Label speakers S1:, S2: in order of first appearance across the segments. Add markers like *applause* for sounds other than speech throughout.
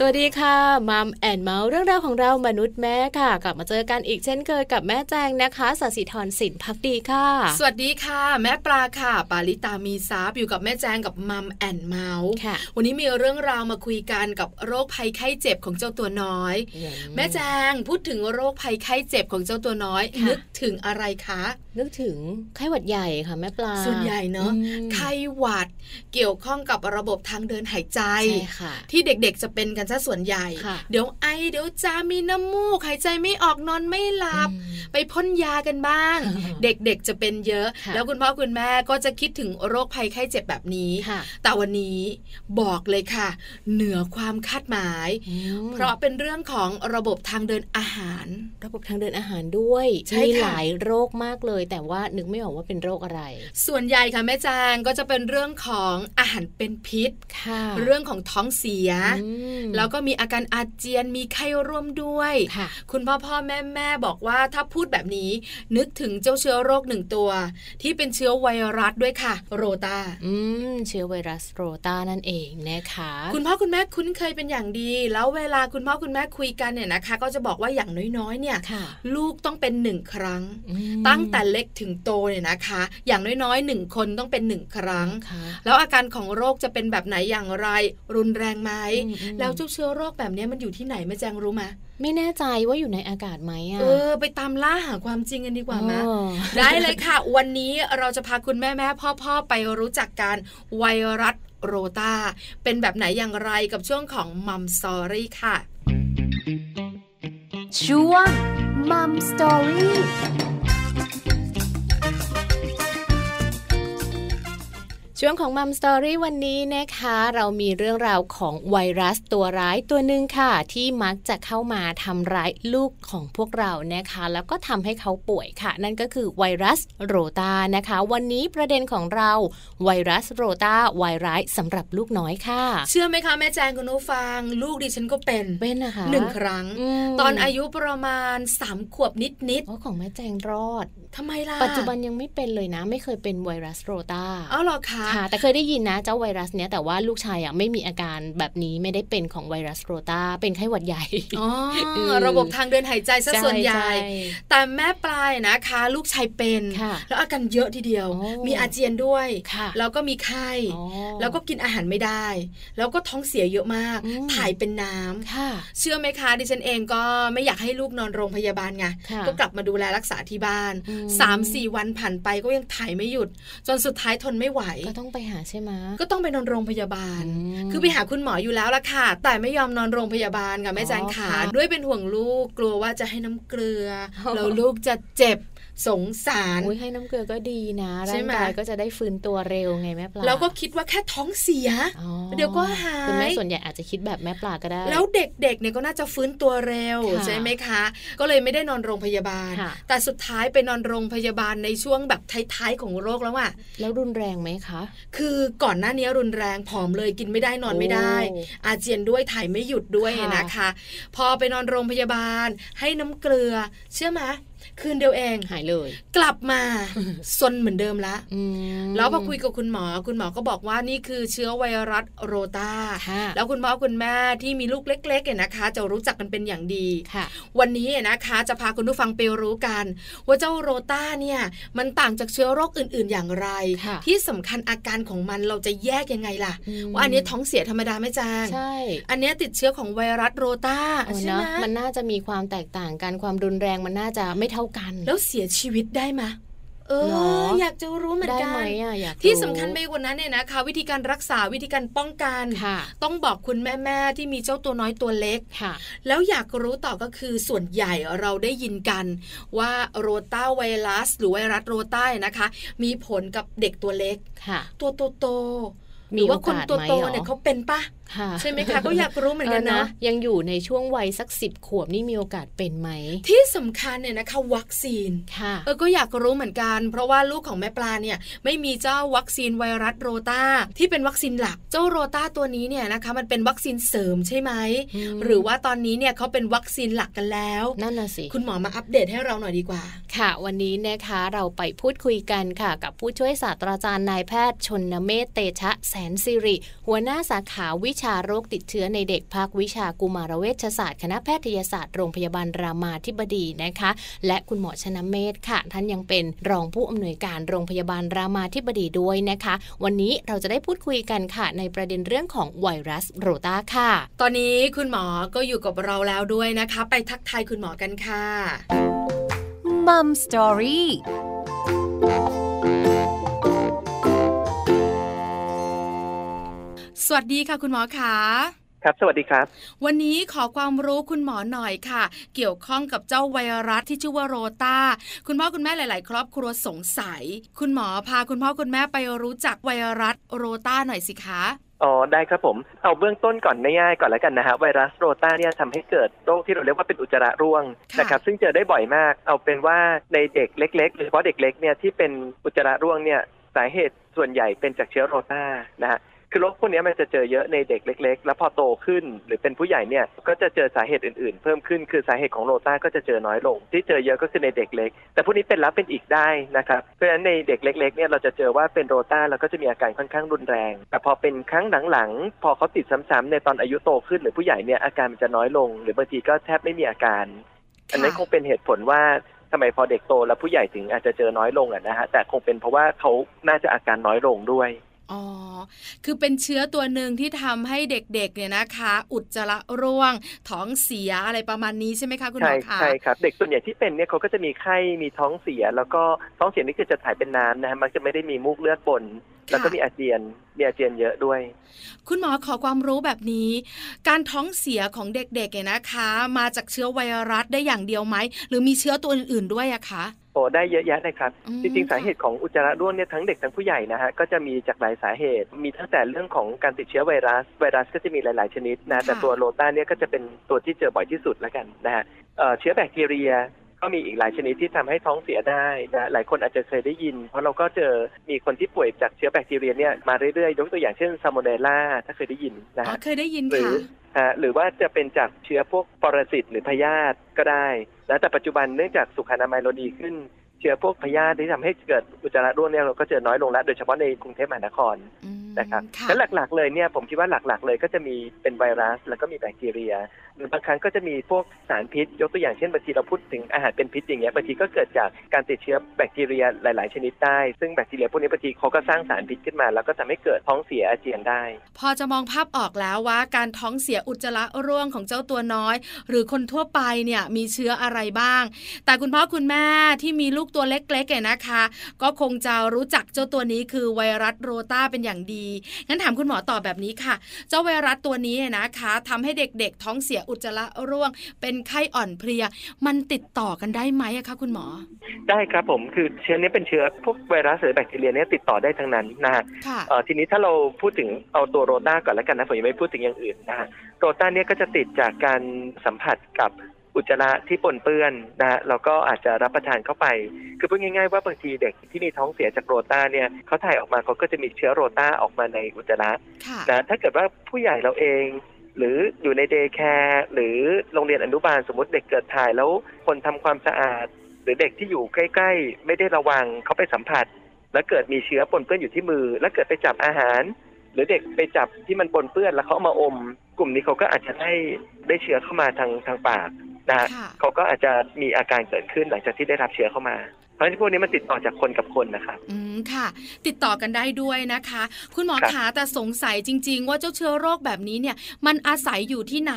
S1: สวัสดีค่ะมัมแอนเมาส์เรื่องราวของเรามนุษย์แม่ค่ะ กลับมาเจอกันอีกเช่นเคยกับแม่แจงนะคะสศิธรสินพักดีค่ะ
S2: สวัสดีค่ะ แม่ปลาค่ะ ปาลิตามีซับอยู่กับแม่แจงกับมัมแอนเมาส์
S1: ค่ะ
S2: วันนี้มีเรื่องราวมาคุยกันกับโรคภัยไข้เจ็บของเจ้าตัวน้อย แม่แจงพูดถึงโรคภัยไข้เจ็บของเจ้าตัวน้อย
S1: ค่ะ
S2: นึกถึงอะไรคะ
S1: นึกถึงไข้หวัดใหญ่ค่ะแม่ปลา
S2: ส่วนใหญ่เนาะ
S1: อืม
S2: ไข้หวัดเกี่ยวข้องกับระบบทางเดินหายใจ
S1: ใช่ค่ะ
S2: ที่เด็กๆ จะเป็นกันซะส่วนใหญ่
S1: ค่ะ
S2: เดี๋ยวไอเดี๋ยวจามมีน้ำมูกหายใจไม่ออกนอนไม่หลับ
S1: อืม
S2: ไปพ่นยากันบ้าง เด็กๆจะเป็นเยอะ
S1: ค่ะ
S2: แล้วคุณพ่อคุณแม่ก็จะคิดถึงโรคภัยไข้เจ็บแบบนี้
S1: ค่ะ
S2: แต่วันนี้บอกเลยค่ะ เหนือความคาดหมาย
S1: อืม
S2: เพราะเป็นเรื่องของระบบทางเดินอาหาร
S1: ระบบทางเดินอาหารด้วย
S2: ใช่
S1: มี
S2: ค่ะ
S1: หลายโรคมากเลย แต่ว่านึกไม่ออกว่าเป็นโรคอะไร
S2: ส่วนใหญ่ค่ะแม่จางก็จะเป็นเรื่องของอาหารเป็นพิษ
S1: ค่ะ
S2: เรื่องของท้องเสีย
S1: อืม
S2: แล้วก็มีอาการอาเจียนมีไข้ร่วมด้วย
S1: ค่ะ
S2: คุณพ่อพ่อแม่แม่บอกว่าถ้าพูดแบบนี้ นึกถึงเจ้าเชื้อโรคหนึ่งตัว ที่เป็นเชื้อไวรัสด้วยค่ะ โรตา
S1: อืมเชื้อไวรัสโรตานั่นเองนะคะ
S2: คุณพ่อคุณแม่คุ้นเคยเป็นอย่างดี แล้วเวลาคุณพ่อคุณแม่คุยกันเนี่ยนะคะ ก็จะบอกว่าอย่างน้อยๆ เนี่ย
S1: ค่ะ
S2: ลูกต้องเป็นหนึ่งครั้ง
S1: อืม
S2: ตั้งแต่เล็กถึงโตเนี่ยนะคะ อย่างน้อยๆหนึ่งคนต้องเป็นหนึ่งครั้ง
S1: ค่ะ
S2: แล้วอาการของโรคจะเป็นแบบไหนอย่างไร รุนแรงไหม
S1: อืมอืม
S2: แล้วเจ้าเชื้อโรคแบบเนี้ยมันอยู่ที่ไหนแม่แจงรู้ไหม
S1: ไม่แน่ใจว่าอยู่ในอากาศไหมอ่ะ
S2: เออ ไปตามล่าหาความจริงกันดีกว่าไหม
S1: อ๋อ
S2: ได้เลยค่ะ วันนี้เราจะพาคุณแม่แม่พ่อพ่อไปรู้จักการไวรัสโรตา เป็นแบบไหนอย่างไรกับช่วงของมัมสอรี่ค่ะ
S3: ช่วงมัมสตอรี่
S1: ช่วงของมัมสตอรี่วันนี้นะคะ เรามีเรื่องราวของไวรัสตัวร้ายตัวหนึ่งค่ะ ที่มักจะเข้ามาทำร้ายลูกของพวกเรานะคะ แล้วก็ทำให้เขาป่วยค่ะ นั่นก็คือไวรัสโรตานะคะ วันนี้ประเด็นของเราไวรัสโรตาไวร้ายสำหรับลูกน้อยค่ะ
S2: เชื่อไหมคะแม่แจงคุณนุฟัง ลูกดิฉันก็เป็น
S1: เป็นนะคะ
S2: หนึ่งครั้ง
S1: ม
S2: ตอนอายุประมาณ 3 ขวบนิด
S1: โอ้ของแม่แจงรอด
S2: ๆทำไมล่ะ
S1: ปัจจุบันยังไม่เป็นเลยนะ ไม่เคยเป็นไวรัสโรตา
S2: เอาเหรอคะ
S1: ค่ะแต่เคยได้ยินนะเจ้าไวรัสเนี้ยแต่ว่าลูกชายอ่ะไม่มีอาการแบบนี้ไม่ได้เป็นของไวรัสโรตาเป็นไข้หวัดใหญ่
S2: อ๋อ
S1: เออ
S2: ระบบทางเดินหายใจซะส่วนใหญ่
S1: ช่
S2: แต่แม่ปลายนะคะ ลูกชายเป็น
S1: ค่ะ
S2: แล้วอาการเยอะทีเดียว
S1: โอ้
S2: มีอาเจียนด้วย
S1: ค่ะ
S2: แล้วก็มีไข้
S1: อ๋อ
S2: แล้วก็กินอาหารไม่ได้ แล้วก็ท้องเสียเยอะมาก
S1: อืม
S2: ถ่ายเป็นน้ำ
S1: ค่ะ
S2: เชื่อไหมคะดิฉันเองก็ไม่อยากให้ลูกนอนโรงพยาบาลไง
S1: ค่ะ
S2: ก็กลับมาดูแลรักษาที่บ้าน
S1: อืม
S2: สามสี่วันผ่านไปก็ยังถ่ายไม่หยุด จนสุดท้ายทนไม่ไหว
S1: ก็ต้องไปหาใช่ไหม
S2: ก็ต้องไปนอนโรงพยาบาล
S1: ม
S2: คือไปหาคุณหมออยู่แล้วล่ะค่ะ แต่ไม่ยอมนอนโรงพยาบาลค่ะแม่แจงขา
S1: อ๋อค่ะ
S2: ด้วยเป็นห่วงลูกกลัวว่าจะให้น้ำเกลือ
S1: โอ้
S2: แล้วลูกจะเจ็บสงสาร
S1: อุ๊ยให้น้ำเกลือก็ดีนะ
S2: ใช่
S1: ร่าง
S2: ไหม
S1: กายก็จะได้ฟื้นตัวเร็วไงแม่ปลา
S2: แล้วก็คิดว่าแค่ท้องเสีย
S1: อ๋อ
S2: เดี๋ยวก็หาย
S1: คุณแม่ส่วนใหญ่อาจจะคิดแบบแม่ปลาก็ได้
S2: แล้วเด็กๆ เนี่ยก็น่าจะฟื้นตัวเร็ว
S1: ค่ะ
S2: ใช่ไหมคะ ก็เลยไม่ได้นอนโรงพยาบาล
S1: ค่ะ
S2: แต่สุดท้ายไปนอนโรงพยาบาลในช่วงแบบท้ายๆของโรคแล้วอะ
S1: แล้วรุนแรงไหมคะ
S2: คือก่อนหน้านี้รุนแรงผอมเลยกินไม่ได้นอนไม่ได้
S1: โอ้
S2: อาเจียนด้วยถ่ายไม่หยุดด้วย
S1: ค่ะ
S2: นะคะ พอไปนอนโรงพยาบาล ให้น้ำเกลือ เชื่อไหมคืนเดียวเอง
S1: หายเลย
S2: กลับ
S1: *laughs*
S2: มาซนเหมือนเดิมละ
S1: อืม
S2: แล้วพอคุยกับคุณหมอ คุณหมอก็บอกว่านี่คือเชื้อไวรัสโรตา
S1: ค่ะ
S2: แล้วคุณพ่อคุณแม่ที่มีลูกเล็กๆเนี่ยนะคะ จะรู้จักกันเป็นอย่างดี
S1: ค่ะ
S2: วันนี้นะคะจะพาคุณผู้ฟังไปรู้กัน ว่าเจ้าโรต้าเนี่ยมันต่างจากเชื้อโรคอื่นๆอย่างไร
S1: ค่ะ
S2: ที่สำคัญอาการของมันเราจะแยกยังไงล่ะ
S1: ม
S2: ว่าอันนี้ท้องเสียธรรมดาไหม่จาง
S1: ใช่
S2: อันเนี้ยติดเชื้อของไวรัสโรต้า
S1: เออ
S2: ใช่
S1: เน
S2: ไห
S1: อะ
S2: ม
S1: มันน่าจะมีความแตกต่างกันความรุนแรงมันน่าจะไม่เท่ากัน
S2: แล้วเสียชีวิตได้ไหมเอ
S1: หรอ
S2: อ
S1: อ
S2: อยากจะรู้เหมือน
S1: ได้
S2: กั
S1: ไหม
S2: น
S1: อ่ะอยาก
S2: ที่
S1: รู้
S2: สำคัญไปกว่านั้นเนี่ยนะคะ วิธีการรักษาวิธีการป้องกัน
S1: ค่ะ
S2: ต้องบอกคุณแม่ๆที่มีเจ้าตัวน้อยตัวเล็ก
S1: ค่ะ
S2: แล้วอยากรู้ต่อก็คือส่วนใหญ่เราได้ยินกันว่าโรต้าไวรัส หรือไวรัสโรต้าเนี่ยนะคะ มีผลกับเด็กตัวเล็ก
S1: ค่ะ
S2: ตัวโต ห
S1: มี
S2: รือ
S1: โอ
S2: ว่าคน
S1: กาส
S2: ตัว
S1: ไหม
S2: โต
S1: หรอ
S2: เนี่ยเขาเป็นปะ
S1: ค่ะ
S2: ใช่ไหมคะก็อยากรู้เหมือนกัน
S1: เออ
S2: นะ
S1: ยังอยู่ในช่วงวัยสักสิบขวบนี่มีโอกาสเป็นไหม
S2: ที่สำคัญเนี่ยนะคะวัคซีน
S1: ค่ะ
S2: เออก็อยากรู้เหมือนกัน เพราะว่าลูกของแม่ปลาเนี่ยไม่มีเจ้าวัคซีนไวรัสโรตาที่เป็นวัคซีนหลัก เจ้าโรตาตัวนี้เนี่ยนะคะ มันเป็นวัคซีนเสริมใช่ไหม
S1: อืม
S2: หรือว่าตอนนี้เนี่ยเขาเป็นวัคซีนหลักกันแล้ว
S1: นั่นน่ะสิ
S2: คุณหมอมาอัปเดตให้เราหน่อยดีกว่า
S1: ค่ะวันนี้นะคะเราไปพูดคุยกันค่ะ กับผู้ช่วยศาสตราจารย์นายแพทย์ชนเมธเตชะแสนสิริ หัวหน้าสาขาวิชาโรคติดเชื้อในเด็กภาควิชากุมารเวชศาสตร์คณะแพทยศาสตร์โรงพยาบาลรามาธิบดีนะคะ และคุณหมอชนเมธค่ะ ท่านยังเป็นรองผู้อำนวยการโรงพยาบาลรามาธิบดีด้วยนะคะ วันนี้เราจะได้พูดคุยกันค่ะ ในประเด็นเรื่องของไวรัสโรตาค่ะ
S2: ตอนนี้คุณหมอก็อยู่กับเราแล้วด้วยนะคะ ไปทักทายคุณหมอกันค่ะ
S3: มัมสตอรี่
S2: สวัสดีค่ะคุณหมอค่ะ
S4: ครับ สวัสดีครับ
S2: วันนี้ขอความรู้คุณหมอหน่อยค่ะ เกี่ยวข้องกับเจ้าไวรัสที่ชื่อว่าโรตาคุณพ่อคุณแม่หลาย ๆ ครอบครัวสงสัย คุณหมอพาคุณพ่อคุณแม่ไปรู้จักไวรัสโรตาหน่อยสิคะ
S4: อ๋อ ได้ครับผม เอาเบื้องต้นก่อนง่ายๆก่อนแล้วกันนะฮะ ไวรัสโรตาเนี่ยทำให้เกิดโรคที่เราเรียกว่าเป็นอุจจาระร่วง
S2: ค่ะ
S4: นะครับ ซึ่งเจอได้บ่อยมาก เอาเป็นว่าในเด็กเล็กๆโดยเฉพาะเด็กเล็กเนี่ยที่เป็นอุจจาระร่วงเนี่ยสาเหตุส่วนใหญ่เป็นจากเชื้อโรตานะฮะ คือโรคพวกเนี้ยมันจะเจอเยอะในเด็กเล็ก ๆ แล้วพอโตขึ้น หรือเป็นผู้ใหญ่เนี่ยก็จะเจอสาเหตุอื่นๆ เพิ่มขึ้น คือสาเหตุของโรตาก็จะเจอน้อยลง ที่เจอเยอะก็คือในเด็กเล็ก แต่พวกนี้เป็นแล้วเป็นอีกได้นะครับ เพราะฉะนั้นในเด็กเล็กๆเนี่ยเราจะเจอว่าเป็นโรตาแล้วก็จะมีอาการค่อนข้างรุนแรง แต่พอเป็นครั้งหลังๆ พอเขาติดซ้ำๆในตอนอายุโตขึ้นหรือผู้ใหญ่เนี่ยอาการมันจะน้อยลง หรือบางทีก็แทบไม่มีอาการ
S2: ะ
S4: อันนั้นคงเป็นเหตุผลว่าทำไมพอเด็กโตแล้วผู้ใหญ่ถึงอาจจะเจอน้อยลงอะนะฮะ แต่คงเป็นเพราะว่าเขาน่าจะอาการน้อยลงด้วย
S2: อ๋อ คือเป็นเชื้อตัวหนึ่งที่ทำให้เด็ก ๆ เนี่ยนะคะ อุจจาระร่วง ท้องเสียอะไรประมาณนี้ใช่ไหมคะคุณหม
S4: ใช่
S2: อคะ
S4: ใช่ครับ เด็กส่วนใหญ่ที่เป็นเนี่ยเขาก็จะมีไข้มีท้องเสีย แล้วก็ท้องเสียนี่คือจะถ่ายเป็นน้ำนะฮะมักจะไม่ได้มีมูกเลือดบน แล้วก็มีอาเจียนมีอาเจียนเยอะด้วย
S2: คุณหมอขอความรู้แบบนี้ การท้องเสียของเด็กๆเนี่ยนะคะ มาจากเชื้อไวรัสได้อย่างเดียวไหม หรือมีเชื้อตัวอื่นๆด้วยอะคะ
S4: โอ้ได้เยอะแยะเลยครับ
S2: อืม
S4: จริงๆ สาเหตุของอุจจาระร่วงเนี่ยทั้งเด็กทั้งผู้ใหญ่นะฮะก็จะมีจากหลายสาเหตุ มีตั้งแต่เรื่องของการติดเชื้อไวรัส ไวรัสก็จะมีหลาย ๆ ชนิดนะแต่
S2: ค่ะ
S4: ตัวโรต้าเนี่ยก็จะเป็นตัวที่เจอบ่อยที่สุดแล้วกันนะฮะเอ่อเชื้อแบคทีเรียก็มีอีกหลายชนิดที่ทำให้ท้องเสียได้นะหลายคนอาจจะเคยได้ยิน เพราะเราก็เจอมีคนที่ป่วยจากเชื้อแบคทีเรียเนี่ยมาเรื่อยๆยกตัวอย่างเช่นซาโมเนลล่าถ้าเคยได้ยินนะ
S2: อ๋อ
S4: ฮะ
S2: เคยได้ยิน
S4: หรือ
S2: ค่ะ
S4: ฮะหรือว่าจะเป็นจากเชื้อพวกปรสิตหรือพยาธิก็ได้นะแต่ปัจจุบันเนื่องจากสุขอนามัยเราดีขึ้น เชื้อพวกพยาธิที่ทำให้เกิดอุจจาระร่วงเนี่ยเราก็เจอน้อยลงแล้ว โดยเฉพาะในกรุงเทพมหานคร
S2: อืม
S4: นะครับ
S2: ค่ะ
S4: แล้วหลักๆเลยเนี่ยผมคิดว่าหลักๆเลยก็จะมีเป็นไวรัส แล้วก็มีแบคทีเรีย หรือบางครั้งก็จะมีพวกสารพิษ ยกตัวอย่างเช่นบางทีเราพูดถึงอาหารเป็นพิษอย่างเงี้ยบางทีก็เกิดจากการติดเชื้อแบคทีเรียหลาย ๆ ชนิดได้ซึ่งแบคทีเรียพวกนี้บางทีเขาก็สร้างสารพิษขึ้นมา แล้วก็ทำให้เกิดท้องเสียอาเจียนได้
S2: พอจะมองภาพออกแล้วว่า การท้องเสียอุจจาระร่วงของเจ้าตัวน้อย หรือคนทั่วไปเนี่ยมีเชื้ออะไรบ้าง แต่คุณพ่อคุณแม่ที่มีลูกตัวเล็กๆเนี่ยนะคะ ก็คงจะรู้จักเจ้าตัวนี้คือไวรัสโรตาเป็นอย่างดีงั้นถามคุณหมอต่อแบบนี้ค่ะ เจ้าไวรัสตัวนี้เนี่ยนะคะทำให้เด็กๆ ท้องเสียอุจจาระร่วง เป็นไข้อ่อนเพลีย มันติดต่อกันได้ไหมอะคะคุณหมอ
S4: ได้ครับผมคือเชื้อนี้เป็นเชื้อพวกไวรัสหรือแบคทีเรียเนี่ยติดต่อได้ทั้งนั้นนะฮะ
S2: ค่ะ
S4: เอ่อทีนี้ถ้าเราพูดถึงเอาตัวโรต้าก่อนแล้วกันนะผมยังไม่พูดถึงอย่างอื่นนะฮะโรต้าเนี่ยก็จะติดจากการสัมผัสกับอุจจาระที่ปนเปื้อนนะฮะแล้วก็อาจจะรับประทานเข้าไป คือพูดง่ายๆว่าบางทีเด็กที่มีท้องเสียจากโรต้าเนี่ยเขาถ่ายออกมาเขาก็จะมีเชื้อโรต้าออกมาในอุจจาระ
S2: ค่ะ
S4: นะถ้าเกิดว่าผู้ใหญ่เราเอง หรืออยู่ในเดย์แคร์หรือโรงเรียนอนุบาลสมมติเด็กเกิดถ่ายแล้วคนทำความสะอาด หรือเด็กที่อยู่ใกล้ๆ ไม่ได้ระวังเขาไปสัมผัส แล้วเกิดมีเชื้อปนเปื้อนอยู่ที่มือ แล้วเกิดไปจับอาหาร หรือเด็กไปจับที่มันปนเปื้อนแล้วเขาเอามาอม กลุ่มนี้เขาก็อาจจะได้ได้เชื้อเข้ามาทางทางปากนะฮะ
S2: ค่ะ
S4: เขาก็อาจจะมีอาการเกิดขึ้นหลังจากที่ได้รับเชื้อเข้ามา เพราะฉะนั้นพวกนี้มันติดต่อจากคนกับคนนะครับ
S2: อืมค่ะ ติดต่อกันได้ด้วยนะคะ คุณหมอ
S4: ครับ
S2: ขาแต่สงสัยจริง ๆ ว่าเจ้าเชื้อโรคแบบนี้เนี่ย มันอาศัยอยู่ที่ไหน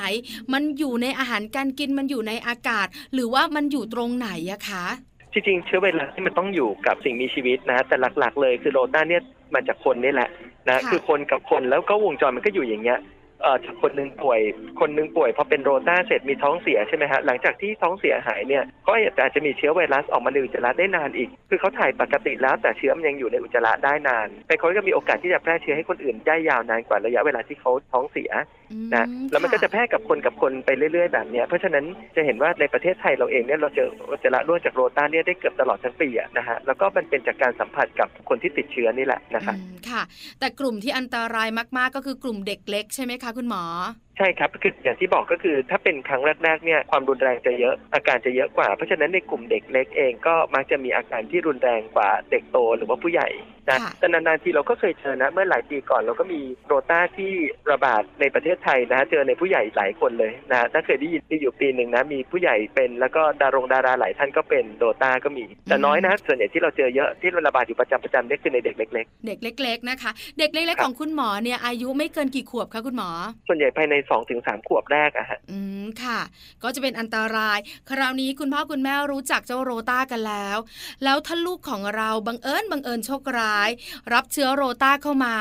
S2: มันอยู่ในอาหารการกินมันอยู่ในอากาศ หรือว่ามันอยู่ตรงไหนอะคะ
S4: จริงๆเชื้อไวรัสที่มันต้องอยู่กับสิ่งมีชีวิตนะฮะแต่หลักๆ เลยคือโรต้าเนี่ยมาจากคนนี่แหละนะคือคนกับคนแล้วก็วงจรมันก็อยู่อย่างเงี้ย เอ่อคนหนึ่งป่วย คนหนึ่งป่วยพอเป็นโรต้าเสร็จมีท้องเสียใช่ไหมฮะหลังจากที่ท้องเสียหายเนี่ยก็อาจจะมีเชื้อไวรัสออกมาในอุจจาระได้นานอีก คือเขาถ่ายปกติแล้วแต่เชื้อมันยังอยู่ในอุจจาระได้นานเป็นคนก็มีโอกาสที่จะแพร่เชื้อให้คนอื่นได้ยาวนานกว่าระยะเวลาที่เขาท้องเสีย
S2: อื
S4: นะแล้วมันก็
S2: ค่
S4: จะแพร่กับคนกับคนไปเรื่อย ๆ แบบเนี้ยเพราะฉะนั้นจะเห็นว่าในประเทศไทยเราเองเนี่ยเราเจออุจจาระรั่วจากโรต้าเนี่ยได้เกือบตลอดทั้งปีอะนะฮะแล้วก็มันเป็นจากการสัมผัสกับคนที่ติดเชื้อนี่แหละนะคะ
S2: อืมค่ะ แต่กลุ่มที่อันตรายมาก ๆ ก็คือกลุ่มเด็กเล็กใช่ไหมคะคุณหมอ
S4: ใช่ครับคืออย่างที่บอกก็คือถ้าเป็นครั้งแรกๆเนี่ยความรุนแรงจะเยอะอาการจะเยอะกว่า เพราะฉะนั้นในกลุ่มเด็กเล็กเองก็มักจะมีอาการที่รุนแรงกว่าเด็กโตหรือว่าผู้ใหญ่นะ
S2: ค่ะ
S4: แต่นานๆทีเราก็เคยเจอนะเมื่อหลายปีก่อนเราก็มีโรต้าที่ระบาดในประเทศไทยนะฮะเจอในผู้ใหญ่หลายคนเลยนะฮะถ้าเคยได้ยินมีอยู่ปีหนึ่งนะมีผู้ใหญ่เป็นแล้วก็ดารงดาราหลายท่านก็เป็นโรต้าก็มี แต่น้อยนะส่วนใหญ่ที่เราเจอเยอะที่ระบาดอยู่ประจำประจำเนี่ยคือในเด็กเล็ก
S2: เด็กเล็ก ๆ นะคะ เด็กเล็ก
S4: ค
S2: ๆ
S4: รับ
S2: ของคุณหมอเนี่ยอายุไม่เกินกี่ขวบคะคุณหมอ
S4: ๆ ส่วนใหญ่ภายใน 2-3 ขวบแรกอะฮะ
S2: อืมค่ะ ก็จะเป็นอันตราย คราวนี้คุณพ่อคุณแม่รู้จักเจ้าโรต้ากันแล้ว แล้วถ้าลูกของเราบังเอิญบังเอิญโชคร้าย รับเชื้อโรต้าเข้ามา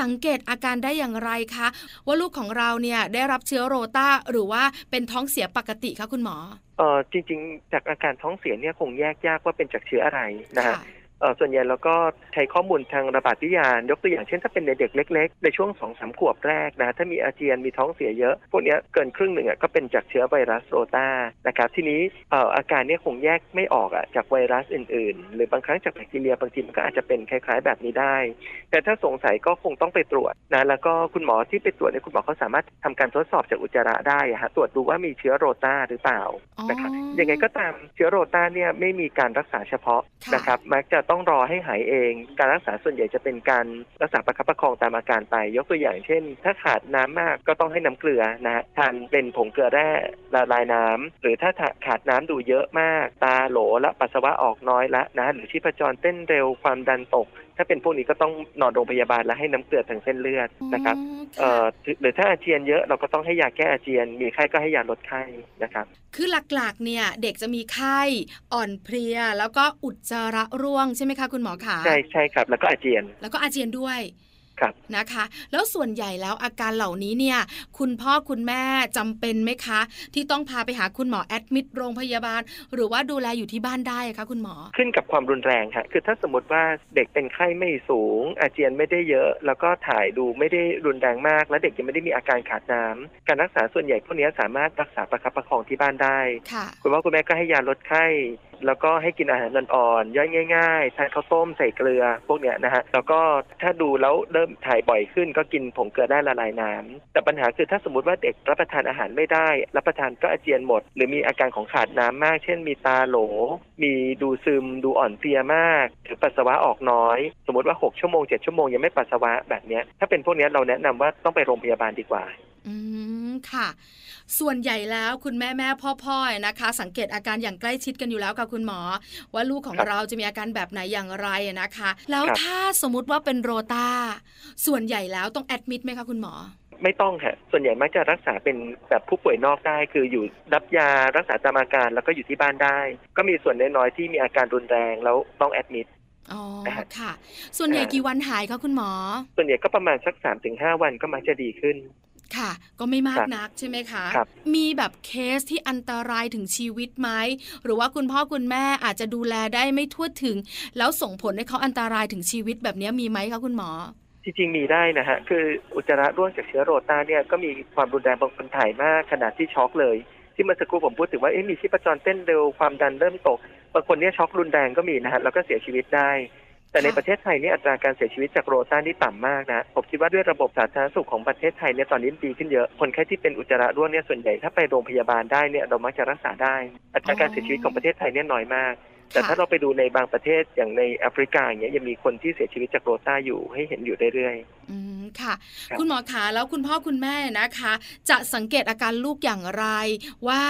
S2: สังเกตอาการได้อย่างไรคะ ว่าลูกของเราเนี่ยได้รับเชื้อโรต้าหรือว่าเป็นท้องเสียปกติคะคุณหมอ
S4: เออจริงๆ จากอาการท้องเสียเนี่ยคงแยกยากว่าเป็นจากเชื้ออะไรนะฮะ
S2: ค่ะ
S4: เออส่วนใหญ่เราก็ใช้ข้อมูลทางระบาดวิทยายกตัวอย่างเช่นถ้าเป็นในเด็กเล็กๆ ในช่วง2อสขวบแรกนะถ้ามีอาเจียนมีท้องเสียเยอะ พวกเนี้ยเกินครึ่งหนึ่งอ่ะก็เป็นจากเชื้อไวรัสโรตานะครับทีนี้เอ่ออาการเนี้ยคงแยกไม่ออกอ่ะจากไวรัสอื่นๆ หรือบางครั้งจากแบคทีเรียบางทีมันก็อาจจะเป็นคล้าย ๆ แบบนี้ได้ แต่ถ้าสงสัยก็คงต้องไปตรวจนะแล้วก็คุณหมอที่ไปตรวจเนี่ยคุณหมอเขาสามารถทำการทดสอบจากอุจจาระได้อะฮะตรวจดูว่ามีเชื้อโรตาหรือเปล่า นะครับ
S2: อ๋อ
S4: ยังไงก็ตามเชื้อโรต้าเนี่ยไม่มีการรักษาเฉพาะ
S2: ค่ะ
S4: นะครับมักจะต้องรอให้หายเอง การรักษาส่วนใหญ่จะเป็นการรักษาประคับประคองตามอาการไป ยกตัวอย่างเช่น ถ้าขาดน้ำมากก็ต้องให้น้ำเกลือนะฮะทานเป็นผงเกลือแร่ละลายน้ำหรือถ้าขาดน้ำดูเยอะมาก ตาโหลและปัสสาวะออกน้อยละนะหรือชีพจรเต้นเร็วความดันตก ถ้าเป็นพวกนี้ก็ต้องนอนโรงพยาบาลและให้น้ำเกลือทางเส้นเลือดนะครับ
S2: อืม
S4: เอ่
S2: ค่ะ
S4: อหรือถ้าอาเจียนเยอะเราก็ต้องให้ยาแก้อาเจียน มีไข้ก็ให้ยาลดไข้นะครับ
S2: คือหลักๆ เนี่ยเด็กจะมีไข้อ่อนเพลีย แล้วก็อุจจาระร่วงใช่ไหมคะคุณหมอคะ
S4: ใช่ใช่ครับแล้วก็อาเจียน
S2: แล้วก็อาเจียนด้วย
S4: ครับ
S2: นะคะ แล้วส่วนใหญ่แล้วอาการเหล่านี้เนี่ย คุณพ่อคุณแม่จำเป็นไหมคะ ที่ต้องพาไปหาคุณหมอแอดมิดโรงพยาบาล หรือว่าดูแลอยู่ที่บ้านได้คะคุณหมอ
S4: ขึ้นกับความรุนแรงค่ะคือถ้าสมมติว่าเด็กเป็นไข้ไม่สูง อาเจียนไม่ได้เยอะ แล้วก็ถ่ายดูไม่ได้รุนแรงมาก และเด็กยังไม่ได้มีอาการขาดน้ำการรักษาส่วนใหญ่พวกนี้สามารถรักษาประคับประคองที่บ้านได้
S2: ค่ะ
S4: คุณพ่อคุณแม่ก็ให้ยาลดไข้ แล้วก็ให้กินอาหารอ่อนๆย่อยง่ายๆทานข้าวต้มใส่เกลือพวกเนี้ยนะฮะแล้วก็ถ้าดูแล้วเริ่มถ่ายบ่อยขึ้นก็กินผงเกลือได้ละลายน้ำแต่ปัญหาคือถ้าสมมติว่าเด็กรับประทานอาหารไม่ได้ รับประทานก็อาเจียนหมด หรือมีอาการของขาดน้ำมาก เช่นมีตาโหล มีดูซึม ดูอ่อนเพลียมากหรือปัสสาวะออกน้อย สมมติว่าหกชั่วโมงเจ็ดชั่วโมงยังไม่ปัสสาวะแบบเนี้ยถ้าเป็นพวกเนี้ยเราแนะนำว่าต้องไปโรงพยาบาลดีกว่า
S2: อืมค่ะ ส่วนใหญ่แล้วคุณแม่แม่พ่อพ่อนะคะ สังเกตอาการอย่างใกล้ชิดกันอยู่แล้วค่ะคุณหมอ ว่าลูกของ
S4: ครับ
S2: เราจะมีอาการแบบไหนอย่างไรนะคะ แล้ว
S4: ครับ
S2: ถ้าสมมติว่าเป็นโรตาส่วนใหญ่แล้วต้องแอดมิดไหมคะคุณหมอ
S4: ไม่ต้องค่ะ ส่วนใหญ่มักจะรักษาเป็นแบบผู้ป่วยนอกได้ คืออยู่รับยารักษาตามอาการแล้วก็อยู่ที่บ้านได้ ก็มีส่วนน้อยๆที่มีอาการรุนแรงแล้วต้องแอดมิด
S2: อ๋อ
S4: นะครับ
S2: ค่ะ ส่วนใหญ่กี่วันหายคะคุณหมอ
S4: ส่วนใหญ่ก็ประมาณสัก3าถึงหวันก็มักจะดีขึ้น
S2: ค่ะ ก็ไม่มาก
S4: ครับ
S2: นักใช่ไหมคะ
S4: ครับ
S2: มีแบบเคสที่อันตรายถึงชีวิตไหมหรือว่าคุณพ่อคุณแม่อาจจะดูแลได้ไม่ทั่วถึง แล้วส่งผลให้เขาอันตรายถึงชีวิตแบบเนี้ยมีไหมคะคุณหมอ
S4: จริงๆมีได้นะฮะ คืออุจจาระร่วงจากเชื้อโรตาเนี่ยก็มีความรุนแรงบางคนถ่ายมากขนาดที่ช็อกเลย ที่เมื่อสักครู่ผมพูดถึงว่าเอ๊ะมีชีพจรเต้นเร็วความดันเริ่มตกบางคนเนี่ยช็อกรุนแรงก็มีนะฮะแล้วก็เสียชีวิตได้ แต่ใน
S2: ค่ะ
S4: ประเทศไทยเนี่ยอัตราการเสียชีวิตจากโรตานี่ต่ำมากนะผมคิดว่าด้วยระบบสาธารณสุขของประเทศไทยเนี่ยตอนนี้ดีขึ้นเยอะคนไข้ที่เป็นอุจจาระร่วงเนี่ยส่วนใหญ่ถ้าไปโรงพยาบาลได้เนี่ยเรามักจะรักษาได้ อัตราการเสียชีวิตของประเทศไทยเนี่ยน้อยมาก แต่ถ้าเราไปดูในบางประเทศอย่างในแอฟริกาอย่างเงี้ยยังมีคนที่เสียชีวิตจากโรตาอยู่ให้เห็นอยู่เรื่อยๆ
S2: อืมค่ะ
S4: ครับ
S2: คุณหมอขาแล้วคุณพ่อคุณแม่นะคะ จะสังเกตอาการลูกอย่างไร ว่า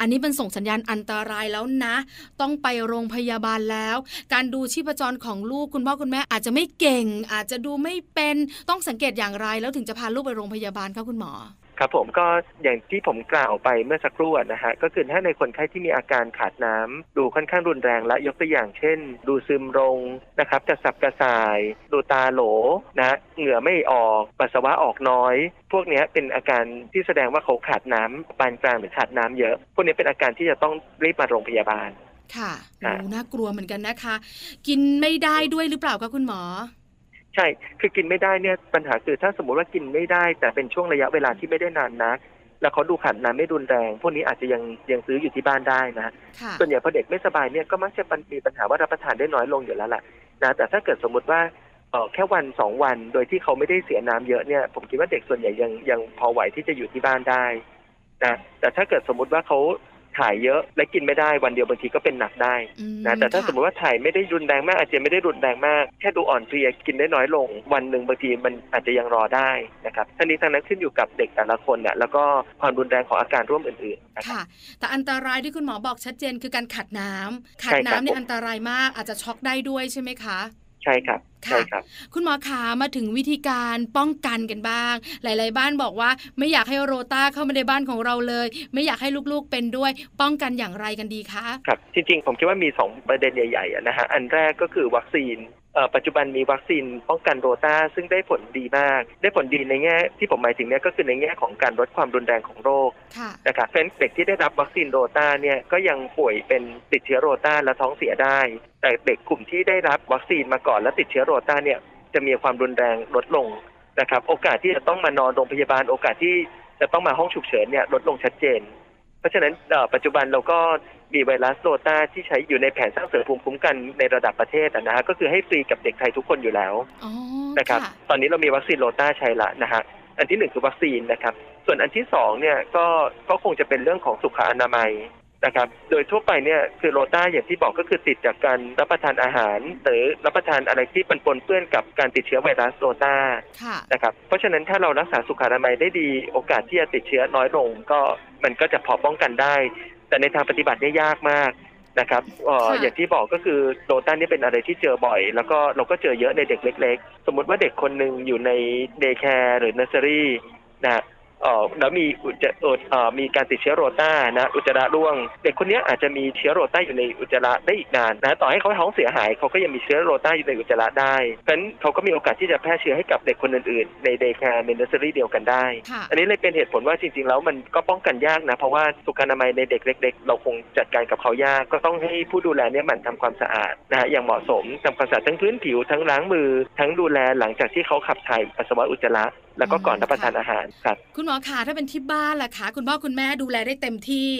S2: อันนี้เป็นส่งสัญญาณอันตรายแล้วนะ ต้องไปโรงพยาบาลแล้ว การดูชีพจรของลูกคุณพ่อคุณแม่อาจจะไม่เก่ง อาจจะดูไม่เป็นต้องสังเกตอย่างไรแล้วถึงจะพาลูกไปโรงพยาบาลคะคุณหมอ
S4: ครับผมก็อย่างที่ผมกล่าวไปเมื่อสักครู่อะนะฮะก็คือถ้าในคนไข้ที่มีอาการขาดน้ำดูค่อนข้างรุนแรงและยกตัวอย่างเช่น ดูซึมลงนะครับกระสับกระส่าย ดูตาโหลนะเหงื่อไม่ออกปัสสาวะออกน้อย พวกเนี้ยเป็นอาการที่แสดงว่าเขาขาดน้ำปานกลางหรือขาดน้ำเยอะ พวกเนี้ยเป็นอาการที่จะต้องรีบมาโรงพยาบาล
S2: ค่ะ
S4: อ่า
S2: โอ้น่ากลัวเหมือนกันนะคะ กินไม่ได้ด้วยหรือเปล่าคะคุณหมอ
S4: ใช่ คือกินไม่ได้เนี่ยปัญหาคือถ้าสมมติว่ากินไม่ได้ แต่เป็นช่วงระยะเวลาที่ไม่ได้นานนัก แล้วเขาดูขันน้ำไม่รุนแรง พวกนี้อาจจะยังยังซื้ออยู่ที่บ้านได้นะฮะ
S2: ค่ะ
S4: ส่วนใหญ่พอเด็กไม่สบายเนี่ยก็มักจะมีปัญหาว่ารับประทานได้น้อยลงอยู่แล้วแหละนะแต่ถ้าเกิดสมมติว่าเอ่อแค่วันสองวันโดยที่เขาไม่ได้เสียน้ำเยอะเนี่ยผมคิดว่าเด็กส่วนใหญ่ยังยังพอไหวที่จะอยู่ที่บ้านได้นะแต่ถ้าเกิดสมมติว่าเขาถ่ายเยอะและกินไม่ได้วันเดียวบางทีก็เป็นหนักได้
S2: อืม
S4: นะแต่ถ้า
S2: ค่ะ
S4: สมมติว่าถ่ายไม่ได้รุนแรงมากอาจจะไม่ได้รุนแรงมาก แค่ดูอ่อนเพลียกินได้น้อยลง วันหนึ่งบางทีมันอาจจะยังรอได้นะครับทั้งนี้ทั้งนั้นขึ้นอยู่กับเด็กแต่ละคนนะแล้วก็ความรุนแรงของอาการร่วมอื่นๆนะครับ
S2: ค่ะ แต่อันตรายที่คุณหมอบอกชัดเจนคือการขาดน้ำขาด
S4: ใช่ครับ
S2: น้ำเนี่ย
S4: ผม
S2: อันตรายมาก อาจจะช็อกได้ด้วยใช่ไหมคะ
S4: ใช่ครับ
S2: ค่ะ
S4: ใช่ครับ
S2: คุณหมอขามาถึงวิธีการป้องกันกันบ้าง หลาย ๆ บ้านบอกว่าไม่อยากให้โรต้าเข้ามาในบ้านของเราเลย ไม่อยากให้ลูก ๆ เป็นด้วย ป้องกันอย่างไรกันดีคะ
S4: ครับจริงๆ ผมคิดว่ามี 2 ประเด็นใหญ่ๆอะนะฮะอันแรกก็คือวัคซีนเอ่อปัจจุบันมีวัคซีนป้องกันโรตาซึ่งได้ผลดีมาก ได้ผลดีในแง่ที่ผมหมายถึงเนี่ยก็คือในแง่ของการลดความรุนแรงของโรค
S2: ค่ะ
S4: นะครับเพราะฉะนั้นเด็กที่ได้รับวัคซีนโรตาเนี่ยก็ยังป่วยเป็นติดเชื้อโรตาและท้องเสียได้ แต่เด็กกลุ่มที่ได้รับวัคซีนมาก่อนและติดเชื้อโรตาเนี่ยจะมีความรุนแรงลดลงนะครับ โอกาสที่จะต้องมานอนโรงพยาบาล โอกาสที่จะต้องมาห้องฉุกเฉินเนี่ยลดลงชัดเจน เพราะฉะนั้นเอ่อปัจจุบันเราก็มีไวรัสโรตาที่ใช้อยู่ในแผนสร้างเสริมภูมิคุ้มกันในระดับประเทศอะนะฮะก็คือให้ฟรีกับเด็กไทยทุกคนอยู่แล้ว
S2: อ๋อ
S4: นะครับตอนนี้เรามีวัคซีนโรต้าใช้ละนะฮะอันที่หนึ่งคือวัคซีนนะครับส่วนอันที่สองเนี่ยก็ก็คงจะเป็นเรื่องของสุขอนามัยนะครับโดยทั่วไปเนี่ยคือโรต้าอย่างที่บอกก็คือติดจากการรับประทานอาหาร หรือรับประทานอะไรที่มันปนเปื้อนกับการติดเชื้อไวรัสโรต้า
S2: ค่ะ
S4: นะครับเพราะฉะนั้นถ้าเรารักษาสุขอนามัยได้ดีโอกาสที่จะติดเชื้อน้อยลง ก็มันก็จะพอป้องกันได้ แต่ในทางปฏิบัติเนี่ยยากมากนะครับเอ่อ
S2: ค่ะ
S4: อย่างที่บอกก็คือโรต้านี่เป็นอะไรที่เจอบ่อย แล้วก็เราก็เจอเยอะในเด็กเล็ก ๆ สมมติว่าเด็กคนหนึ่งอยู่ในเดย์แคร์หรือเนสเซอรี่นะเอ่อแล้วมีอุจจาเอ่อมีการติดเชื้อโรต้านะอุจจาระร่วง เด็กคนเนี้ยอาจจะมีเชื้อโรต้าอยู่ในอุจจาระได้อีกนานนะต่อให้เขาท้องเสียหายเขาก็ยังมีเชื้อโรต้าอยู่ในอุจจาระได้เพราะฉะนั้นเขาก็มีโอกาสที่จะแพร่เชื้อให้กับเด็กคนอื่นๆในเดย์แคร์ในเนสเซอรี่เดียวกันได้
S2: ค่ะ
S4: อันนี้เลยเป็นเหตุผลว่าจริงๆ แล้วมันก็ป้องกันยากนะ เพราะว่าสุขอนามัยในเด็กเล็กๆ เราคงจัดการกับเขายาก ก็ต้องให้ผู้ดูแลเนี่ยหมันทำความสะอาดนะฮะอย่างเหมาะสมทำความสะอาดทั้งพื้นผิวทั้งล้างมือ ทั้งดูแลหลังจากที่เขาขับถ่ายปัสสาวะอุจจาระแล้วก็ก่อนรับประทานอาหารครับ
S2: คุณหมอขาถ้าเป็นที่บ้านล่ะคะ คุณพ่อคุณแม่ดูแลได้เต็มที่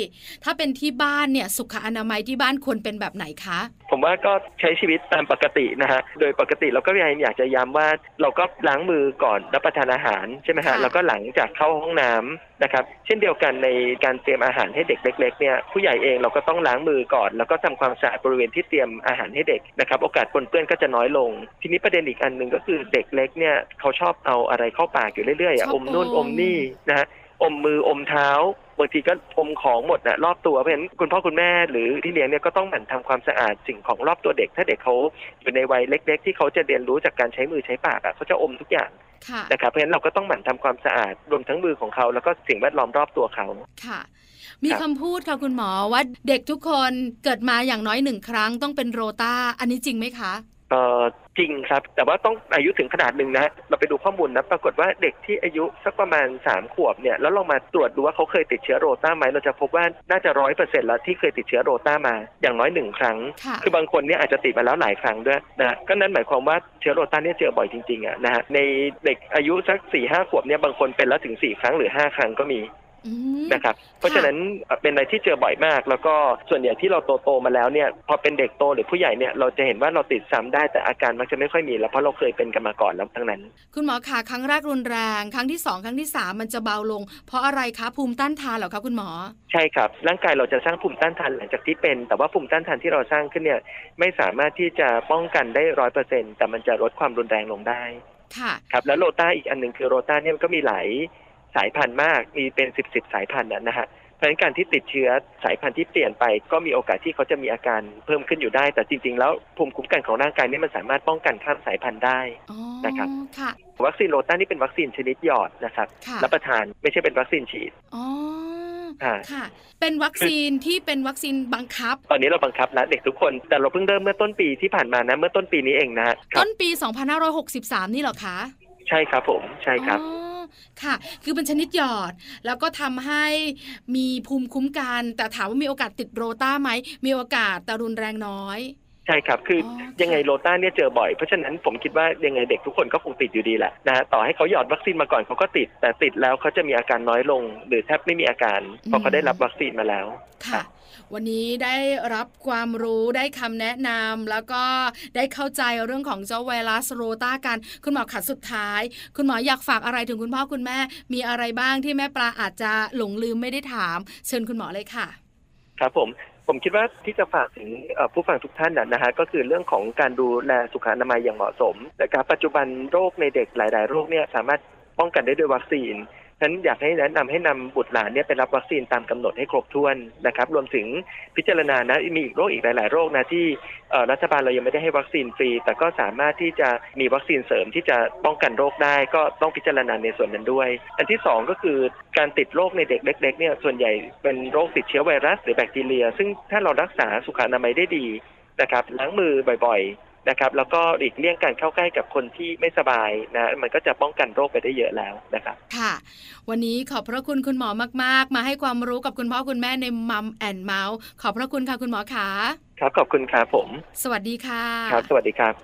S2: ถ้าเป็นที่บ้านเนี่ยสุขอนามัยที่บ้านควรเป็นแบบไหนคะ
S4: ผมว่าก็ใช้ชีวิตตามปกตินะฮะ โดยปกติเราก็พยายามอยากจะย้ำว่าเราก็ล้างมือก่อนรับประทานอาหารใช่ไหมฮะ
S2: ค่ะ
S4: แล้วก็หลังจากเข้าห้องน้ำนะครับ เช่นเดียวกันในการเตรียมอาหารให้เด็กเล็กๆเนี่ยผู้ใหญ่เองเราก็ต้องล้างมือก่อน แล้วก็ทำความสะอาดบริเวณที่เตรียมอาหารให้เด็กนะครับ โอกาสปนเปื้อนก็จะน้อยลง ทีนี้ประเด็นอีกอันหนึ่งก็คือเด็กเล็กเนี่ยเขาชอบเอาอะไรเข้าปากอยู่เรื่อยๆอะ
S2: ช
S4: อ
S2: อบ
S4: มนู่น
S2: อ
S4: อ
S2: ม
S4: มนี่นะฮะ อมมืออมเท้าบางทีก็อมของหมดนะรอบตัวเพราะฉะนั้นคุณพ่อคุณแม่หรือที่เลี้ยงเนี่ยก็ต้องหมั่นทำความสะอาดสิ่งของรอบตัวเด็ก ถ้าเด็กเขาอยู่ในวัยเล็ก ๆ ที่เขาจะเรียนรู้จากการใช้มือใช้ปากอะเขาจะอมทุกอย่าง
S2: ค่ะ
S4: นะครับเพราะฉะนั้นเราก็ต้องหมั่นทำความสะอาดรวมทั้งมือของเขาแล้วก็สิ่งแวดล้อมรอบตัวเขา
S2: ค่ะ มี
S4: ครับ
S2: คำพูดค่ะคุณหมอว่าเด็กทุกคนเกิดมาอย่างน้อยหนึ่งครั้งต้องเป็นโรตาอันนี้จริงไหมคะ
S4: เอ่อจริงครับ แต่ว่าต้องอายุถึงขนาดหนึ่งนะเราไปดูข้อมูลนะปรากฏว่าเด็กที่อายุสักประมาณ 3 ขวบเนี่ยแล้วลองมาตรวจดูว่าเขาเคยติดเชื้อโรต้าไหมเราจะพบว่าน่าจะร้อยเปอร์เซ็นต์แล้วที่เคยติดเชื้อโรต้ามาอย่างน้อยหนึ่งครั้ง
S2: ค่ะ
S4: คือบางคนเนี่ยอาจจะติดมาแล้วหลายครั้งด้วยนะก็นั่นหมายความว่าเชื้อโรต้าเนี่ยเจอบ่อยจริงๆอ่ะนะฮะในเด็กอายุสัก4ี่ห้าขวบเนี่ยบางคนเป็นแล้วถึง 4 ครั้งหรือ 5 ครั้งก็มี
S2: อืม
S4: นะครับเพราะฉะนั้นเอ่อเป็นอะไรที่เจอบ่อยมาก แล้วก็ส่วนใหญ่ที่เราโตโตๆมาแล้วเนี่ยพอเป็นเด็กโตหรือผู้ใหญ่เนี่ยเราจะเห็นว่าเราติดซ้ำได้แต่อาการมักจะไม่ค่อยมีแล้วเพราะเราเคยเป็นกันมาก่อนแล้วทั้งนั้น
S2: คุณหมอขาครั้งแรกรุนแรง ครั้งที่สองครั้งที่สามมันจะเบาลง เพราะอะไรคะภูมิต้านทานเหรอคะคุณหมอ
S4: ใช่ครับ ร่างกายเราจะสร้างภูมิต้านทานหลังจากที่เป็น แต่ว่าภูมิต้านทานที่เราสร้างขึ้นเนี่ยไม่สามารถที่จะป้องกันได้ร้อยเปอร์เซ็นต์แต่มันจะลดความรุนแรงลงได้
S2: ค่ะ
S4: ครับแล้วโรต้าอีกอันหนึ่งคือโรต้าเนี่ยมันก็มีหลายสายพันธุ์มากมีเป็นสิบสิบสายพันธุ์นะนะฮะ ราะฉะนั้นการที่ติดเชื้อสายพันธุ์ที่เปลี่ยนไป ก็มีโอกาสที่เขาจะมีอาการเพิ่มขึ้นอยู่ได้ แต่จริง ๆ แล้วภูมิคุ้มกันของร่างกายเนี่ยมันสามารถป้องกันข้ามสายพันธุ์ได้
S2: อ๋อ
S4: นะครับ
S2: ค่ะ
S4: วัคซีนโรต้านี่เป็นวัคซีนชนิดหยอดนะครับ
S2: ค่ะ
S4: รับประทานไม่ใช่เป็นวัคซีนฉีด
S2: อ๋อ
S4: อ่า
S2: ค่ะ เป็นวัคซีนที่เป็นวัคซีนบังคับ
S4: ตอนนี้เราบังคับแล้วเด็กทุกคน แต่เราเพิ่งเริ่มเมื่อต้นปีที่ผ่านมานะเมื่อต้นปีนี้เองนะครั
S2: ต้
S4: บ
S2: นปี 2563 นี่เหรอคะ
S4: ใช่ครับผมใช่ครับ
S2: อ๋อค่ะ คือเป็นชนิดหยอด แล้วก็ทำให้มีภูมิคุ้มกัน แต่ถามว่ามีโอกาสติดโรต้าไหม มีโอกาสแต่รุนแรงน้อย
S4: ใช่ครับ คืออ
S2: อค่ะ
S4: ยังไงโรต้าเนี่ยเจอบ่อย เพราะฉะนั้นผมคิดว่ายังไงเด็กทุกคนก็คงติดอยู่ดีแหละนะฮะต่อให้เขาหยอดวัคซีนมาก่อนเขาก็ติด แต่ติดแล้วเขาจะมีอาการน้อยลง หรือแทบไม่มีอาการเพราะเขาได้รับวัคซีนมาแล้ว
S2: ค่ะ วันนี้ได้รับความรู้ได้คำแนะนำแล้วก็ได้เข้าใจเรื่องของเจ้าไวรัสโรต้ากัน คุณหมอขัดสุดท้าย คุณหมออยากฝากอะไรถึงคุณพ่อคุณแม่ มีอะไรบ้างที่แม่ปลาอาจจะหลงลืมไม่ได้ถาม เชิญคุณหมอเลยค่ะ
S4: ครับผม ผมคิดว่าที่จะฝากถึงเอ่อผู้ฟังทุกท่านนะนะฮะก็คือเรื่องของการดูแลสุขอนามัยอย่างเหมาะสมนะครับปัจจุบันโรคในเด็กหลาย ๆ โรคเนี่ยสามารถป้องกันได้ด้วยวัคซีนฉะนั้นอยากให้แนะนำให้นำบุตรหลานเนี่ยไปรับวัคซีนตามกำหนดให้ครบถ้วนนะครับ รวมถึงพิจารณานะมีอีกโรคอีกหลาย ๆ โรคนะที่เอ่อรัฐบาลเรายังไม่ได้ให้วัคซีนฟรี แต่ก็สามารถที่จะมีวัคซีนเสริมที่จะป้องกันโรคได้ ก็ต้องพิจารณาในส่วนนั้นด้วย อันที่สองก็คือการติดโรคในเด็กเล็ก ๆ เนี่ยส่วนใหญ่เป็นโรคติดเชื้อไวรัสหรือแบคทีเรีย ซึ่งถ้าเรารักษาสุขอนามัยได้ดีนะครับล้างมือบ่อยๆนะครับแล้วก็หลีกเลี่ยงการเข้าใกล้กับคนที่ไม่สบายนะมันก็จะป้องกันโรคไปได้เยอะแล้วนะครับ
S2: ค่ะ วันนี้ขอบพระคุณคุณหมอมาก ๆ มาให้ความรู้กับคุณพ่อคุณแม่ในมัมแอนเมาส์ขอบพระคุณค่ะคุณหมอขา
S4: ครับขอบคุณครับผม
S2: สวัสดีค่ะ
S4: ครับสวัสดีครับ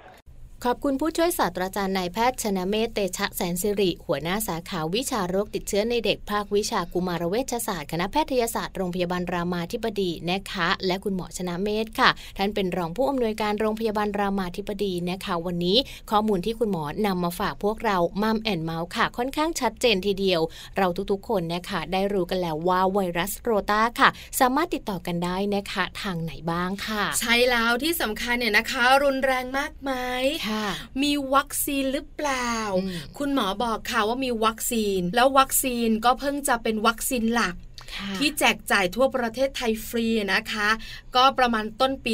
S1: ขอบคุณผู้ช่วยศาสตราจารย์นายแพทย์ชนะเมธเตชะแสนสิริ หัวหน้าสาขาวิชาโรคติดเชื้อในเด็กภาควิชากุมารเวชศาสตร์คณะแพทยศาสตร์โรงพยาบาลรามาธิบดีนะคะ และคุณหมอชนะเมธค่ะ ท่านเป็นรองผู้อำนวยการโรงพยาบาลรามาธิบดีนะคะ วันนี้ข้อมูลที่คุณหมอนำมาฝากพวกเรามัมแอนเมาส์ค่ะ ค่อนข้างชัดเจนทีเดียว เราทุกๆ คนนะคะ ได้รู้กันแล้วว่าไวรัสโรตาค่ะ สามารถติดต่อกันได้นะคะ ทางไหนบ้างค่ะ
S2: ใช้แล้วที่สำคัญเนี่ยนะคะ รุนแรงมากไหม
S1: ค่ะ
S2: มีวัคซีนหรือเปล่า
S1: อืม
S2: คุณหมอบอกค่ะว่ามีวัคซีน แล้ววัคซีนก็เพิ่งจะเป็นวัคซีนหลัก ที่แจกจ่ายทั่วประเทศไทยฟรีนะคะ ก็ประมาณต้นปี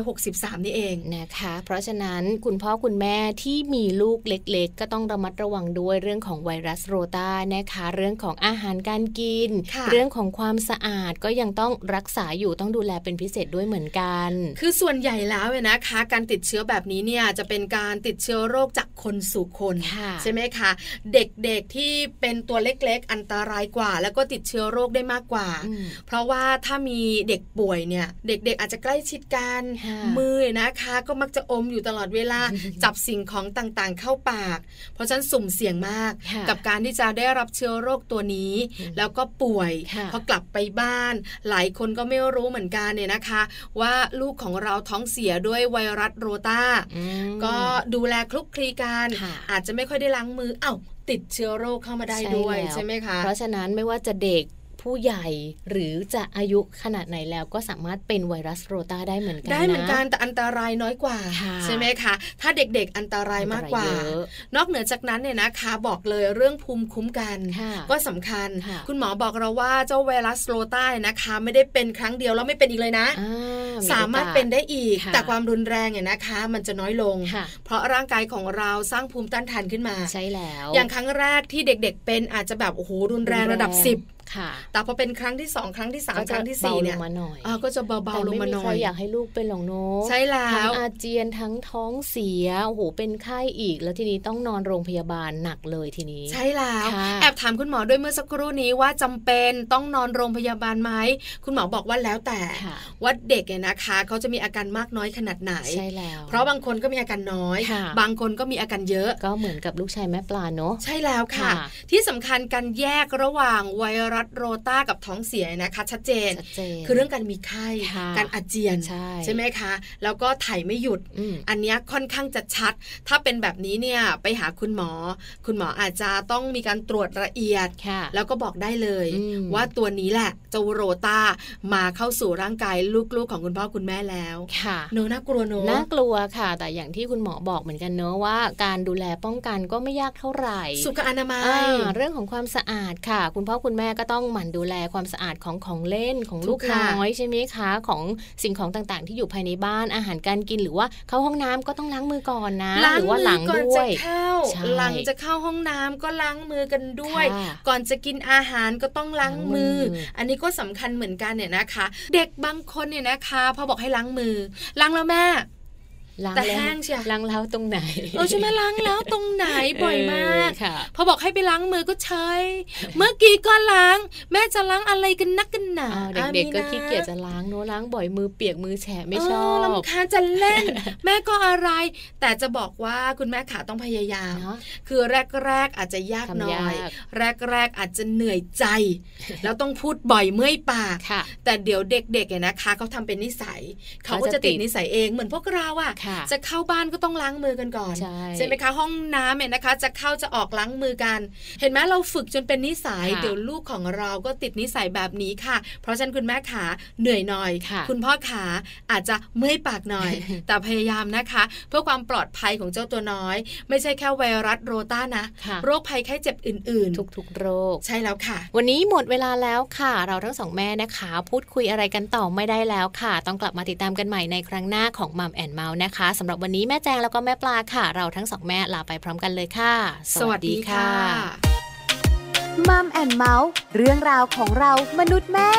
S2: 2563 นี่เอง
S1: นะคะ เพราะฉะนั้นคุณพ่อคุณแม่ที่มีลูกเล็กๆ ก็ต้องระมัดระวังด้วยเรื่องของไวรัสโรตานะคะ เรื่องของอาหารการกิน
S2: ค่ะ
S1: เรื่องของความสะอาดก็ยังต้องรักษาอยู่ต้องดูแลเป็นพิเศษด้วยเหมือนกัน
S2: คือส่วนใหญ่แล้วเนี่ยนะคะ การติดเชื้อแบบนี้เนี่ยจะเป็นการติดเชื้อโรคจากคนสู่คน
S1: ค่ะ
S2: ใช่ไหมคะ เด็กๆที่เป็นตัวเล็กๆ อันตรายกว่า แล้วก็ติดเชื้อโรคได้มากกว่า
S1: อืม
S2: เพราะว่าถ้ามีเด็กป่วยเนี่ย เด็กๆ อาจจะใกล้ชิดกัน
S1: ค่ะ
S2: มือนะคะ ก็มักจะอมอยู่ตลอดเว
S1: *laughs*
S2: ลา จับสิ่งของต่างๆ เข้าปาก เพราะฉะนั้นสุ่มเสี่ยงมาก
S1: ค่ะ
S2: กับการที่จะได้รับเชื้อโรคตัวนี้
S1: อืม
S2: แล้วก็ป่วย
S1: ค่ะ
S2: พอกลับไปบ้าน หลายคนก็ไม่รู้เหมือนกันเนี่ยนะคะ ว่าลูกของเราท้องเสียด้วยไวรัสโรตา
S1: อืม
S2: ก็ดูแลคลุกคลีกัน
S1: ค่ะ
S2: อาจจะไม่ค่อยได้ล้างมือเอ้าติดเชื้อโรคเข้ามาได้
S1: ใช่
S2: ด้วย
S1: แล้ว
S2: ใช่ไหมคะ
S1: เพราะฉะนั้นไม่ว่าจะเด็กผู้ใหญ่หรือจะอายุขนาดไหนแล้วก็สามารถเป็นไวรัสโรตาได้เหมือนกันะ
S2: ได้เหมือนกันแต่อันตรายน้อยกว่า
S1: ค่ะ
S2: ใช่ไหมคะ ถ้าเด็กๆอันตรายมากกว่า
S1: อันตรยเยอะ
S2: นอกเหนือจากนั้นเนี่ยนะคะบอกเลยเรื่องภูมิคุ้มกัน
S1: ค่ะ
S2: ก็สำคัญ
S1: ค่ะ
S2: คุณหมอบอกเราว่าเจ้าไวรัสโรต้าเนี่ยนะคะ ไม่ได้เป็นครั้งเดียวแล้วไม่เป็นอีกเลยนะ
S1: อ่โอกส
S2: สามารถเป็นได้อีก
S1: ค่ะ
S2: แต่ความรุนแรงเนี่ยนะคะ มันจะน้อยลง
S1: ค่ะ
S2: เพราะร่างกายของเราสร้างภูมิต้านทานขึ้นมา
S1: ใช่แล้ว
S2: อย่างครั้งแรกที่เด็กๆ เป็นอาจจะแบบโอ้โหรุนแรงระดับ
S1: ค่ะ
S2: 10 แต่พอเป็นครั้งที่สองครั้งที่สาม
S1: ก็
S2: ค
S1: จะ
S2: รั้งที่
S1: เบา
S2: สี่
S1: ล
S2: เนี่ย
S1: งมาหน่อย
S2: อ่าก็จะเบา
S1: แต่
S2: ๆลง
S1: ไม่
S2: มา
S1: มี
S2: หน่
S1: ใค
S2: อ
S1: ร
S2: ย
S1: อยากให้ลูกเป็นหรอกเนาะ
S2: ใช่แล้
S1: ทั้ง
S2: ว
S1: อาเจียนทั้งท้องเสีย โอ้โห เป็นไข้อีก แล้วทีนี้ต้องนอนโรงพยาบาลหนักเลยทีนี้
S2: ใช่แล้ว
S1: ค่ะ
S2: แอบถามคุณหมอด้วยเมื่อสักครู่นี้ว่าจำเป็นต้องนอนโรงพยาบาลไหม คุณหมอบอกว่าแล้วแต่
S1: ค่ะ
S2: ว่าเด็กเนี่ยนะคะเขาจะมีอาการมากน้อยขนาดไหน
S1: ใช่แล้ว
S2: เพราะบางคนก็มีอาการน้อย
S1: ค่ะ
S2: บางคนก็มีอาการเยอะ
S1: ก็เหมือนกับลูกชายแม่ปลาเนาะ
S2: ใช่แล้วค่ะ
S1: ค่ะ
S2: ที่สำคัญการแยกระหว่างไวรัสโรต้ากับท้องเสียนะคะ ชัดเจน
S1: ชัดเจน
S2: คือเรื่องการมีไข้
S1: ค่ะ
S2: การอาเจียน
S1: ใช่
S2: ไหมคะ แล้วก็ถ่ายไม่หยุด
S1: อืม
S2: อันเนี้ยค่อนข้างจะชัด ถ้าเป็นแบบนี้เนี่ยไปหาคุณหมอ คุณหมออาจจะต้องมีการตรวจละเอียด
S1: ค่ะ
S2: แล้วก็บอกได้เลย
S1: อืม
S2: ว่าตัวนี้แหละเจ้าโรตามาเข้าสู่ร่างกายลูกๆของคุณพ่อคุณแม่แล้ว
S1: ค่ะ
S2: โนน่ากลัวโน
S1: น่ากลัวค่ะ แต่อย่างที่คุณหมอบอกเหมือนกันเนอะว่าการดูแลป้องกันก็ไม่ยากเท่าไหร่
S2: สุขอนามัย
S1: อ่าเรื่องของความสะอาดค่ะ คุณพ่อคุณแม่ก็ ก็ต้องหมั่นดูแลความสะอาดของของเล่นของลูก
S2: ถูกค่ะ
S1: น้อยใช่ไหมคะ ของสิ่งของต่างๆ ที่อยู่ภายในบ้านอาหารการกินหรือว่าเข้าห้องน้ำก็ต้องล้างมือก่อนนะ
S2: ล้า
S1: หรือ
S2: งมื
S1: ว่าหลัง
S2: ก่อน
S1: ด้
S2: จะ
S1: วย
S2: เข้า
S1: ใช่
S2: หลังจะเข้าห้องน้ำก็ล้างมือกันด้วย
S1: ค่ะ
S2: ก่อนจะกินอาหารก็ต้องล้างมือ
S1: ล้างมืออั
S2: อันนี้ก็สำคัญเหมือนกันเนี่ยนะคะ เด็กบางคนเนี่ยนะคะพอบอกให้ล้างมือ ล้างแล้วแม่
S1: ล้าง
S2: แต่
S1: ล้ว
S2: แห้งเชียว
S1: ล้างแล้วตรงไหน
S2: เออใช่ไหมล้างแล้วตรง
S1: *laughs*
S2: ไหนบ่อยมาก
S1: เออค่ะ
S2: พอบอกให้ไปล้างมือก็ใช้ เมื่อกี้ก็ล้าง แม่จะล้างอะไรกันนักกันหนา
S1: อ้าว
S2: อ่ะ
S1: เด็กๆก็
S2: มีนะ
S1: ขี้เกียจจะล้างเนอะล้างบ่อยมือเปียกมือแฉะไม่ชอบ
S2: เลำคาญจะเล่น
S1: *laughs*
S2: แม่ก็อะไร แต่จะบอกว่าคุณแม่ขาต้องพยายาม
S1: เนาะ
S2: คือแรก ๆ อาจจะยากหน่อย
S1: ทำาย ก
S2: แรก ๆ อาจจะเหนื่อยใจ
S1: *laughs*
S2: แล้วต้องพูดบ่อยเมื่อยปาก
S1: ค่ะ
S2: แต่เดี๋ยวเด็กๆเนี่ยนะคะเขาทำเป็นนิสัย เขาก็
S1: เขาจะ
S2: จะติด
S1: ติด
S2: นิสัยเองเหมือนพวกเราอะ
S1: ค่ะ
S2: จะเข้าบ้านก็ต้องล้างมือกันก่อน
S1: ใช่
S2: ไหมคะห้องน้ำเนี่ยนะคะ จะเข้าจะออกล้างมือกัน เห็นไหมเราฝึกจนเป็นนิสัย
S1: ค่ะ
S2: เดี๋ยวลูกของเราก็ติดนิสัยแบบนี้ค่ะ เพราะฉะนันคุณแม่ขาเหนื่อยหน่อย
S1: ค่ะ
S2: ณพ่อขาอาจจะเมื่อยปากห
S1: *laughs*
S2: น่อย แต่พยายามนะคะ เพื่อความปลอดภัยของเจ้าตัวน้อย ไม่ใช่แค่ไวรัสโรต้านะ
S1: ค่ะ
S2: โรคภัยไข้เจ็บอื่น
S1: ทุกๆโรค
S2: ๆ ใช่แล้วค่ะ
S1: วันนี้หมดเวลาแล้วค่ะ เราทั้งสองแม่นะคะ พูดคุยอะไรกันต่อไม่ได้แล้วค่ะ ต้องกลับมาติดตามกันใหม่ในครั้งหน้าของมัมแอนเมาส์นะคะสำหรับวันนี้แม่แจงแล้วก็แม่ปลาค่ะ เราทั้งสองแม่ลาไปพร้อมกันเลยค่ะ
S2: สวัสดีค่ะ
S3: มัมแอนเมาส์เรื่องราวของเรามนุษย์แม่